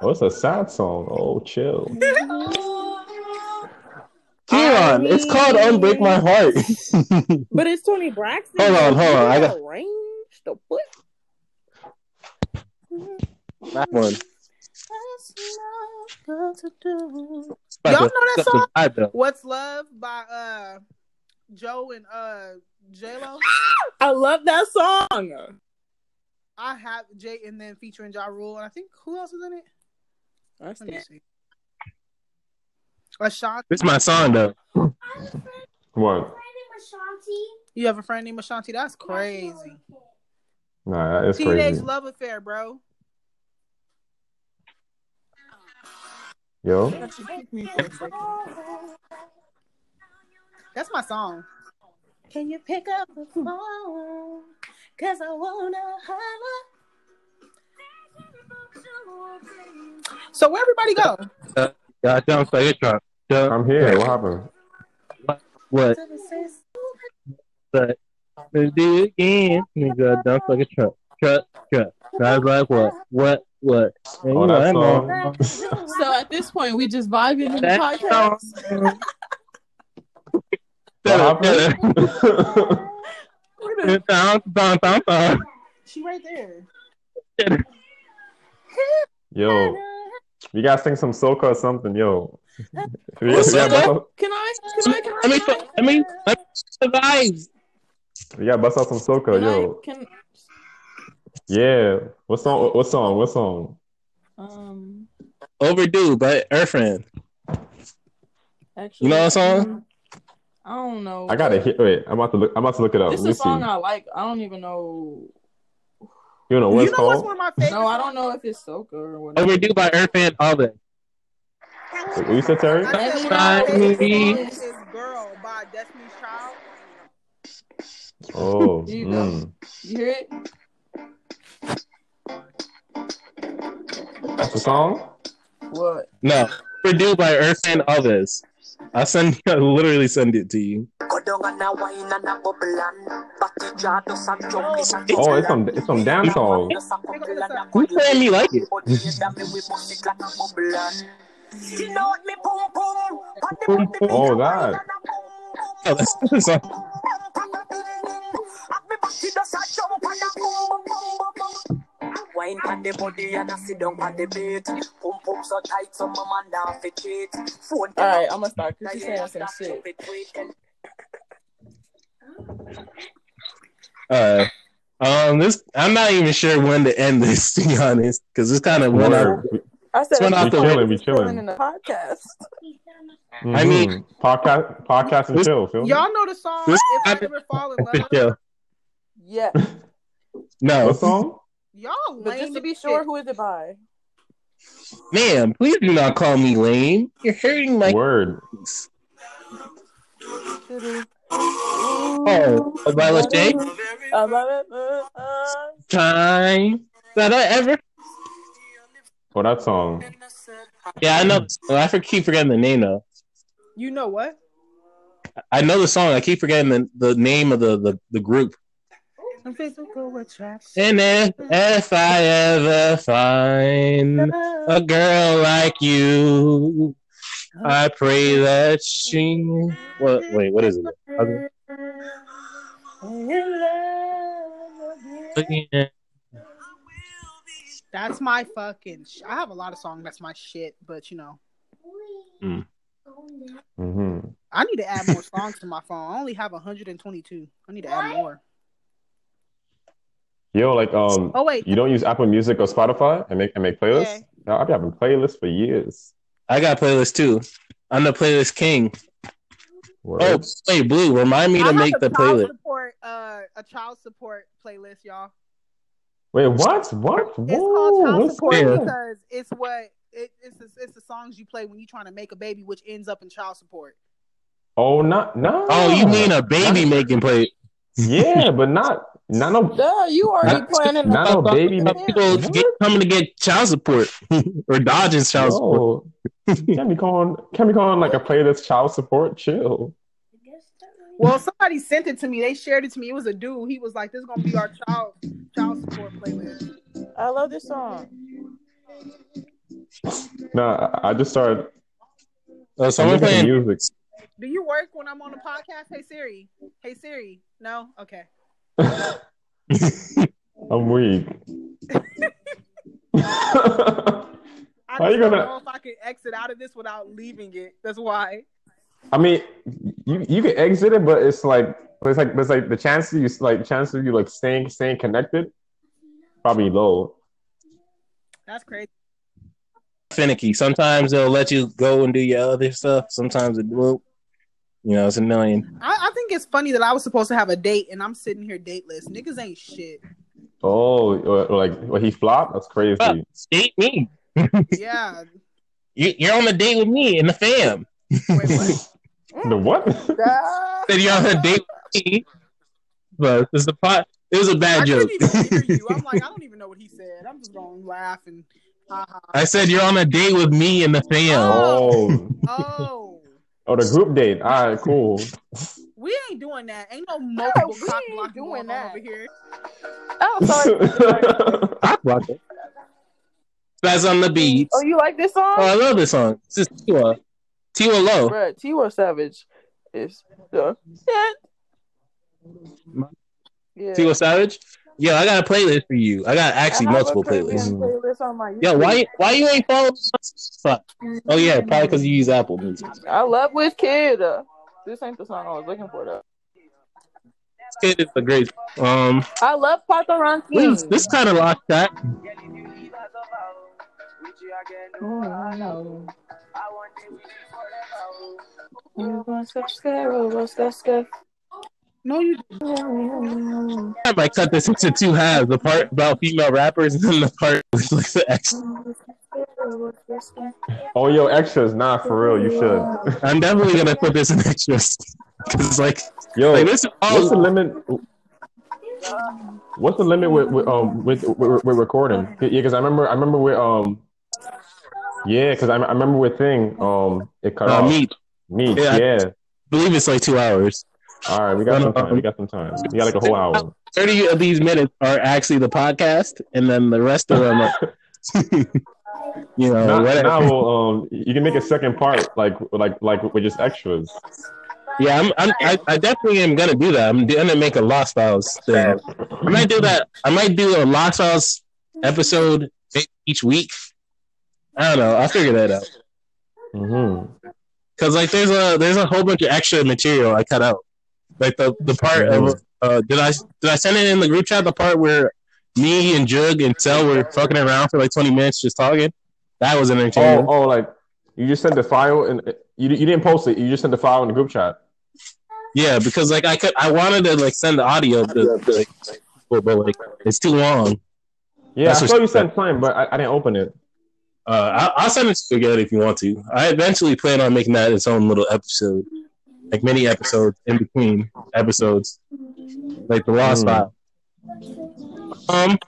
Oh, it's a sad song. Oh, chill.
Kieran, it's called Unbreak
<laughs>
My Heart.
But it's Tony Braxton.
Hold on,
You
hold on, I
got
got-
a range to put.
that one.
Y'all know that
Got the
song?
vibe, though.
What's Love by uh Joe and uh J Lo.
I love that song.
I have Jay and then featuring Ja Rule and I think who else is in it?
That's
Let me see. Ashanti.
This is my song, though.
What?
You have a friend named Ashanti? That's crazy.
Nah, that is
Teenage
crazy.
love affair, bro.
Yo,
That's my song.
Can you pick up the phone? Cause I wanna holler.
So where everybody go?
Yeah, I don't play your truck. Don't
I'm here. What happened?
what but let's do it again. Nigga, don't fuck a truck. Truck, truck. Drive like what? What, what? And
Oh,
you
that
ain't
song.
wrong.
<laughs>
So at this point, we just vibing in the
That
podcast.
What
Better,
<laughs> happened?
<laughs> better. Down, down, down, down.
She right there.
Yo, you guys sing some soca or something. Yo, Yeah,
What's
we
up,
gotta
man?
bust
Can I? Can I? Can I?
Let me, let me, let me survive.
out- we gotta bust out some soca,
Can I-
yo.
can-
Yeah. What song? What song? What song?
um.
Overdue by Erfan.
Actually, mm,
You know that song?
I don't know.
I gotta hear. Wait, I'm about to look. I'm about to look it up.
This
Let me
is a song
see.
I like. I don't even know.
You know what
You know
it's
what's
called?
one of my favorite?
No, I don't know if it's soca or whatever.
Overdue by Erfan Alba.
What you said, Terry?
I said one
Side
of my favorite
movies.
songs is "Girl" by Destiny's Child.
Oh,
There you
mm.
You hear it?
that's a song.
What?
No, Overdue by Erfan Alves. I send, <laughs> I literally send it to you. <laughs>
Go down and a wine and a bubble and Batty jaw do some jumbly some
Oh, it's some. It's some damn song.
You playing me like it?
Oh, that.
Oh, that's the song.
Wine on the body and I sit down on the bed. Pump pump so tight, so my man down for cheat. Phone
All right, I'm gonna start because she's saying some shit.
Uh, um, this I'm not even sure when to end this <laughs> to be honest, because it's kind of one. I,
Word.
I
It's
said,
when
I'm
Be
I feel-
chilling. Be
in
chilling.
the podcast.
I
Mhm.
mean-
podcast, podcast and
This-
chill. Feel me?
Y'all know the song
This-
"If I Ever Fall in Love."
yeah.
Yeah.
What
No,
song?
Y'all lame.
But just to
as
be
shit.
sure, who is it by?
ma'am, please do not call me lame. You're hurting my.
Word.
feelings.
Oh,
Oh, by Lachey.
uh,
Time that I ever.
Oh, that song.
Yeah, I know. Well, I for- keep forgetting the name though.
You know what?
I know the song. I keep forgetting the, the name of the, the, the group.
Some physical attraction.
And if, if I ever find a girl like you, I pray that she. What? Wait, what is it? Other-
That's my fucking. Sh- I have a lot of songs that's my shit, but you know,
hmm
I need to add more songs to my phone. I only have 122. I need to add more.
Yo, like, um,
Oh wait,
you don't use Apple Music or Spotify and make and make playlists?
Okay.
No, I've been having playlists for years.
I got playlist too. I'm the playlist king. Oh,
Word.
hey, Blue, remind me
I
to
have
make
a
the
child
playlist.
Support, uh, a child support playlist, y'all.
Wait, what? What?
It's called
Whoa,
child
what's
support
that?
because it's what it, it's the, it's the songs you play when you're trying to make a baby, which ends up in child support.
Oh, not no.
Oh, you mean a baby making play?
<laughs> Yeah, but not not
<laughs>
no
Duh, you already
Not-
planning
not no baby.
Uh,
Ma-
people
What?
get, coming to get child support or dodging child support.
No. <laughs> Can't be calling can't be calling like a playlist child support. Chill.
Well, somebody sent it to me. They shared it to me. It was a dude. He was like, "This is gonna be our child child support playlist."
I love this song.
Nah, I, I just started.
Uh,
I'm
someone
looking at
playing
the music.
Do you work when I'm on the podcast? Hey Siri. Hey Siri. No. Okay.
<laughs> I'm weak.
I
How
just
you
don't
gonna-
know if I can exit out of this without leaving it. That's why.
I mean, you you can exit it, but it's like but it's like but it's like the chance of you like chance of you like staying staying connected probably low.
That's crazy.
finicky. Sometimes they'll let you go and do your other stuff. Sometimes it won't. You know, it's annoying.
I, I think it's funny that I was supposed to have a date and I'm sitting here dateless. Niggas ain't shit.
Oh, or- or like what he flopped? That's crazy.
Fuck. Date me.
Yeah.
You, you're on a date with me and the fam.
Wait, what?
The what?
Duh.
<laughs> Said you're on a date with me. But it's a pot. It was a
I
bad joke.
couldn't even hear you. I'm like, I don't even know what he said. I'm just gonna laugh and haha.
<laughs> I said you're on a date with me and the fam.
oh,
<laughs> Oh.
oh, the group date. All right, cool.
We ain't doing that. Ain't no multiple
we
cock
ain't
blocking
doing
going on
that.
over here.
Oh, sorry.
I blocked
Oh.
it. That's on the beach.
Oh, you like this
Oh, I
song?
love this song. This is Tiwa. Tiwa Low.
Bruh, T.Y. Savage is the shit.
Tiwa Savage. Yo, I got a playlist for you. I got actually
I have
multiple
a premium
playlists.
playlist on my
Yo,
YouTube.
why why you ain't follow? Fuck. Oh yeah, probably because you use Apple Music.
I love with kid. uh, This ain't the song I was looking for though.
Kid is a great. Um,
I love Pataran
this this kind of lost track.
Oh,
No, you
I might cut this into two halves: the part about female rappers and then the part <laughs> with like the ex.
<laughs> Oh, yo, extras. Nah, for real, you should.
I'm definitely gonna put this in extras because like
yo,
like this is
what's the
all.
limit? What's the limit with, with um with, with, with recording? Yeah, because I remember I remember with um yeah, because I, I remember with thing um it cut
Uh,
off
meat.
me.
Yeah.
Yeah.
believe it's like two hours.
All right, we got some time. We got some time. We got like a whole hour.
Thirty of these minutes are actually the podcast, and then the rest of them, are, you know,
Now,
whatever.
now we'll, um, you can make a second part like like like with just extras.
Yeah, I'm, I'm, I, I definitely am gonna do that. I'm gonna make a Lost Files thing. I might do that. I might do a Lost Files episode e-, each week. I don't know. I'll figure that out.
Mm-hmm.
Cause like there's a there's a whole bunch of extra material I cut out. Like the the part of uh, did I did I send it in the group chat the part where me and Jug and Cell were fucking around for like 20 minutes just talking. That was
Oh
entertaining.
oh, like you just sent the file and you you didn't post it. You just sent the file in the group chat.
Yeah, because like I could I wanted to like send the audio, to, like, but but, like it's too long.
Yeah,
That's
I
what
saw
she
you
said.
sent time, but I, I didn't open it.
Uh, I, I'll send it to you again if you want to. I eventually plan on making that its own little episode, like mini episodes in between episodes, like the Lost
Mm.
File. Um,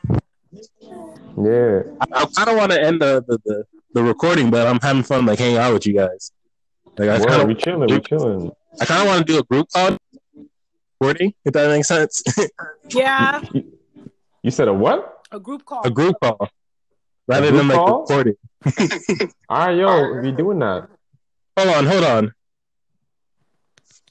Yeah.
I, I kind of want to end the, the, the, the recording, but I'm having fun like hanging out with you guys. Like I
Word,
kind
we
of
chilling, we chilling.
I kind of want to do a group call recording, if that makes sense. <laughs>
Yeah,
You, you said a what?
a group call.
a group call rather
group
than like
call?
recording.
All right, yo, we doing that.
Hold on, hold on.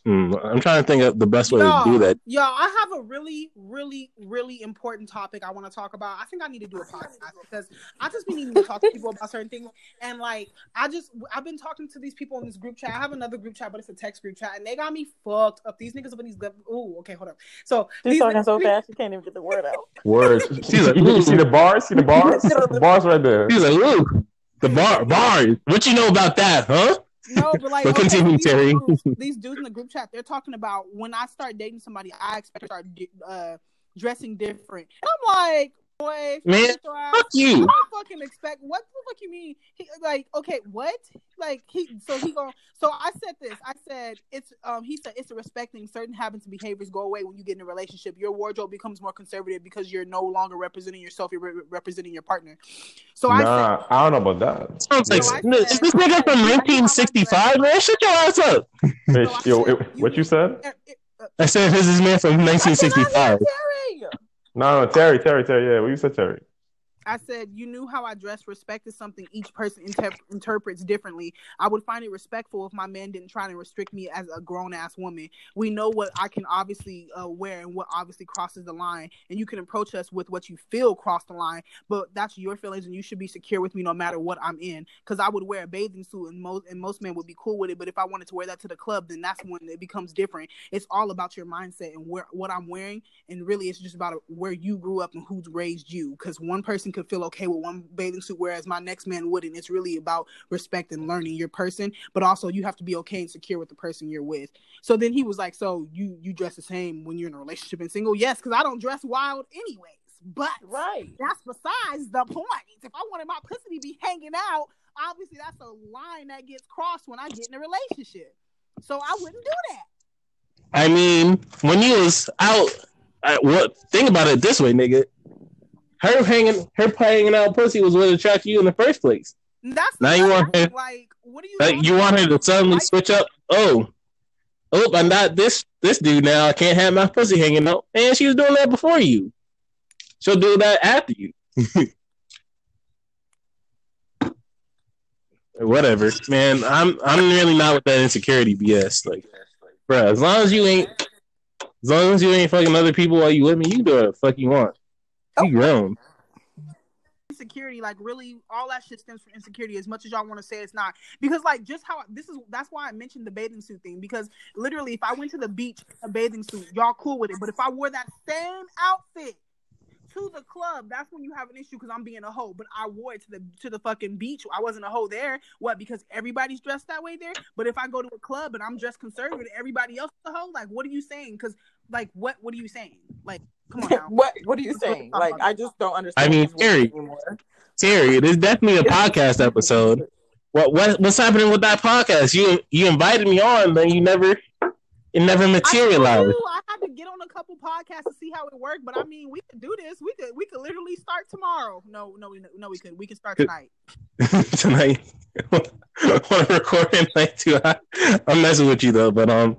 Hmm, I'm trying to think of the best way to do
Y'all,
that.
y'all, I have a really, really, really important topic I want to talk about. I think I need to do a podcast because I just been needing to talk to people about certain things. And like, I just, I've been talking to these people in this group chat. I have another group chat, but it's a text group chat, and they got me fucked up. These niggas up in these. gov- Ooh, okay, hold up. So
She's
these
talking
niggas-
so fast, you can't even get the word out.
<laughs>
Word.
She's
<laughs>
like,
you, you see the bars? See the
<laughs>
bars? The bars right there.
He's like, ooh, the bar, bar. What you know about that, huh?
No, but like,
But
okay, so
continue,
these,
Terry.
Dudes, these dudes in the group chat, they're talking about when I start dating somebody, I expect to start di- uh, dressing different. And I'm like, boy,
Man,
get your ass.
Fuck
I
you.
don't fucking expect. What the fuck you mean? He, like, okay, what? Like he, so he go. So I said this. I said it's. Um, he said it's respecting certain habits and behaviors go away when you get in a relationship. Your wardrobe becomes more conservative because you're no longer representing yourself. You're re- representing your partner. So I said,
Nah, I don't know about
Sounds like
So I
is
said-
this nigga from
I said-
1965, man? Shut your ass up.
that. Bitch,
I
yo,
said,
it-
you-
what you said?
eh, eh, uh,
I said this is man from
I said, I
1965.
love Terry.
No, no, Terry, Terry, Terry. Yeah, what you said, Terry?
I said, you knew how I dress. Respect is something each person inter- interprets differently. I would find it respectful if my man didn't try to restrict me as a grown ass woman. We know what I can obviously uh, wear and what obviously crosses the line, and you can approach us with what you feel crossed the line. But that's your feelings, and you should be secure with me no matter what I'm in. Because I would wear a bathing suit, and most and most men would be cool with it. But if I wanted to wear that to the club, then that's when it becomes different. It's all about your mindset and where what I'm wearing and really it's just about where you grew up and who's raised you because one person could feel okay with one bathing suit whereas my next man wouldn't it's really about respect and learning your person but also you have to be okay and secure with the person you're with so then he was like so you you dress the same when you're in a relationship and single yes because i don't dress wild anyways but
Right.
that's besides the point if i wanted my pussy to be hanging out obviously that's a line that gets crossed when i get in a relationship so i wouldn't do that
I mean, when you was out, I, what? Think about it this way, nigga. Her hanging, her hanging out pussy was what attracted you in the first place.
That's
Now you
another
want her-
thing, like what do you
Like
talking
you want her
about?
to suddenly
Like,
switch up. Oh, oh, I'm not this this dude now. I can't have my pussy hanging out. And she was doing that before you. She'll do that after you. <laughs> Whatever, man. I'm I'm really not with that insecurity BS. Like, bro, as long as you ain't, as long as you ain't fucking other people while you with me, you do what the fuck you want. He grown.
insecurity like really all that shit stems from insecurity as much as y'all want to say it's not because like just how this is that's why i mentioned the bathing suit thing because literally if i went to the beach in a bathing suit y'all cool with it but if i wore that same outfit to the club that's when you have an issue because i'm being a hoe but i wore it to the to the fucking beach i wasn't a hoe there what because everybody's dressed that way there but if i go to a club and i'm dressed conservative everybody else is a hoe like what are you saying because like what what are you saying like come
<laughs>
on now
<laughs> what What are you saying? Like, I just don't understand.
I mean,
these words
Terry.
anymore.
Terry, it is definitely a podcast episode. What what what's happening with that podcast? You you invited me on, then you never it never
I told <laughs>
materialized. <laughs>
you I had to get on a couple podcasts to see how it worked, but I mean, we could do this. We could we could literally start tomorrow. No, no, we no, we could we could start tonight.
tonight. <laughs> Want to record <laughs> at night too? I, I'm messing with you though, but um,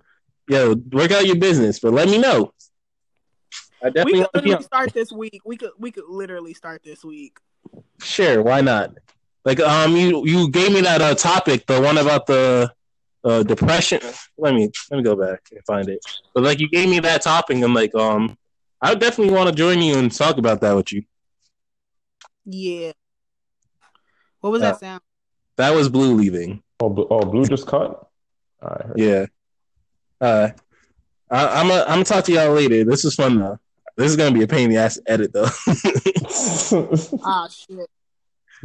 yo, work out your business, but let me know. I
We
definitely
could
want to be on.
literally start this week. We could we could literally start this week.
Sure, why not? Like um, you you gave me that uh, topic, the one about the uh, depression. Let me let me go back and find it. But like you gave me that topic, I'm like um, I would definitely want to join you and talk about that with you.
Yeah. What was
Uh,
that sound?
That was blue leaving.
Oh, Blue, oh, Blue just cut. All right. <laughs>
Yeah. Uh, I, I'm a, I'm gonna talk to y'all later. This was fun though. This is gonna be a pain in the ass to edit though. <laughs>
Ah shit.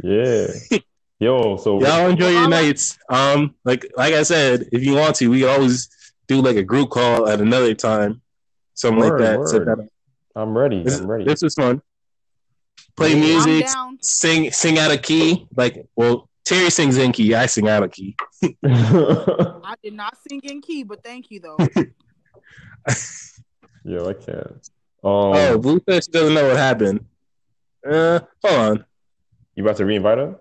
yeah.
<laughs>
Yo, so
y'all enjoy
Well,
your
all right.
nights. Um, like like I said, if you want to, we always do like a group call at another time, something like
Word,
that. So
word. I'm ready.
this,
I'm ready.
this was fun. Play
Yeah.
I'm
music,
down.
sing sing out of key. Like well, Terry sings in key, I sing out of key. <laughs>
I did not sing in key, but thank you
<laughs>
though.
<laughs> Yo, I can't. Um,
oh, Bluefish doesn't know what happened. Uh, hold on.
you about to re-invite her?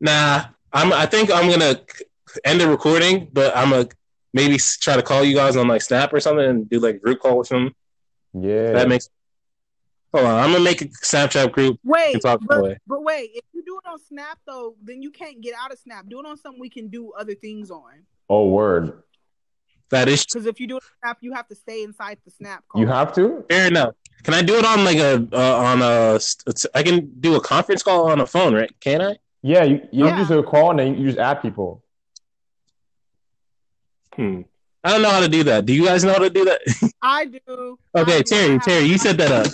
Nah, I'm. I think I'm gonna c- end the recording, but I'm gonna maybe s- try to call you guys on like Snap or something and do like a group call with them.
Yeah.
That makes. Hold on, I'm gonna make a Snapchat group.
Wait,
It's all
but,
cool.
but wait, if you do it on Snap though, then you can't get out of Snap. Do it on something we can do other things on.
oh, word.
That is
Because if you do it on Snap, you have to stay inside the Snap call.
Oh.
You have to?
fair enough. Can I do it on like a uh, on a? s- it's- I can do a conference call on a phone, right? Can I?
Yeah. You, you
Yeah.
use a call and then you just add people.
Hmm. I don't know how to do that. Do you guys know how to do that? <laughs>
I do. I
okay,
do. I
Terry,
have-
Terry, you set that up.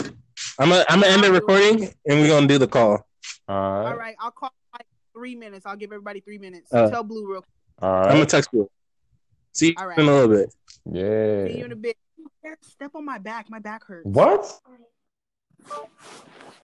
I'm gonna I'm gonna end the recording and we're gonna do the call.
All
All
right.
right, I'll call like three minutes. I'll give everybody three minutes.
Uh,
Tell Blue real quick.
All
I'm gonna
right.
text you. See you
All right.
in a little bit.
See you
Yeah.
in a bit. Step on my back. My back hurts.
What?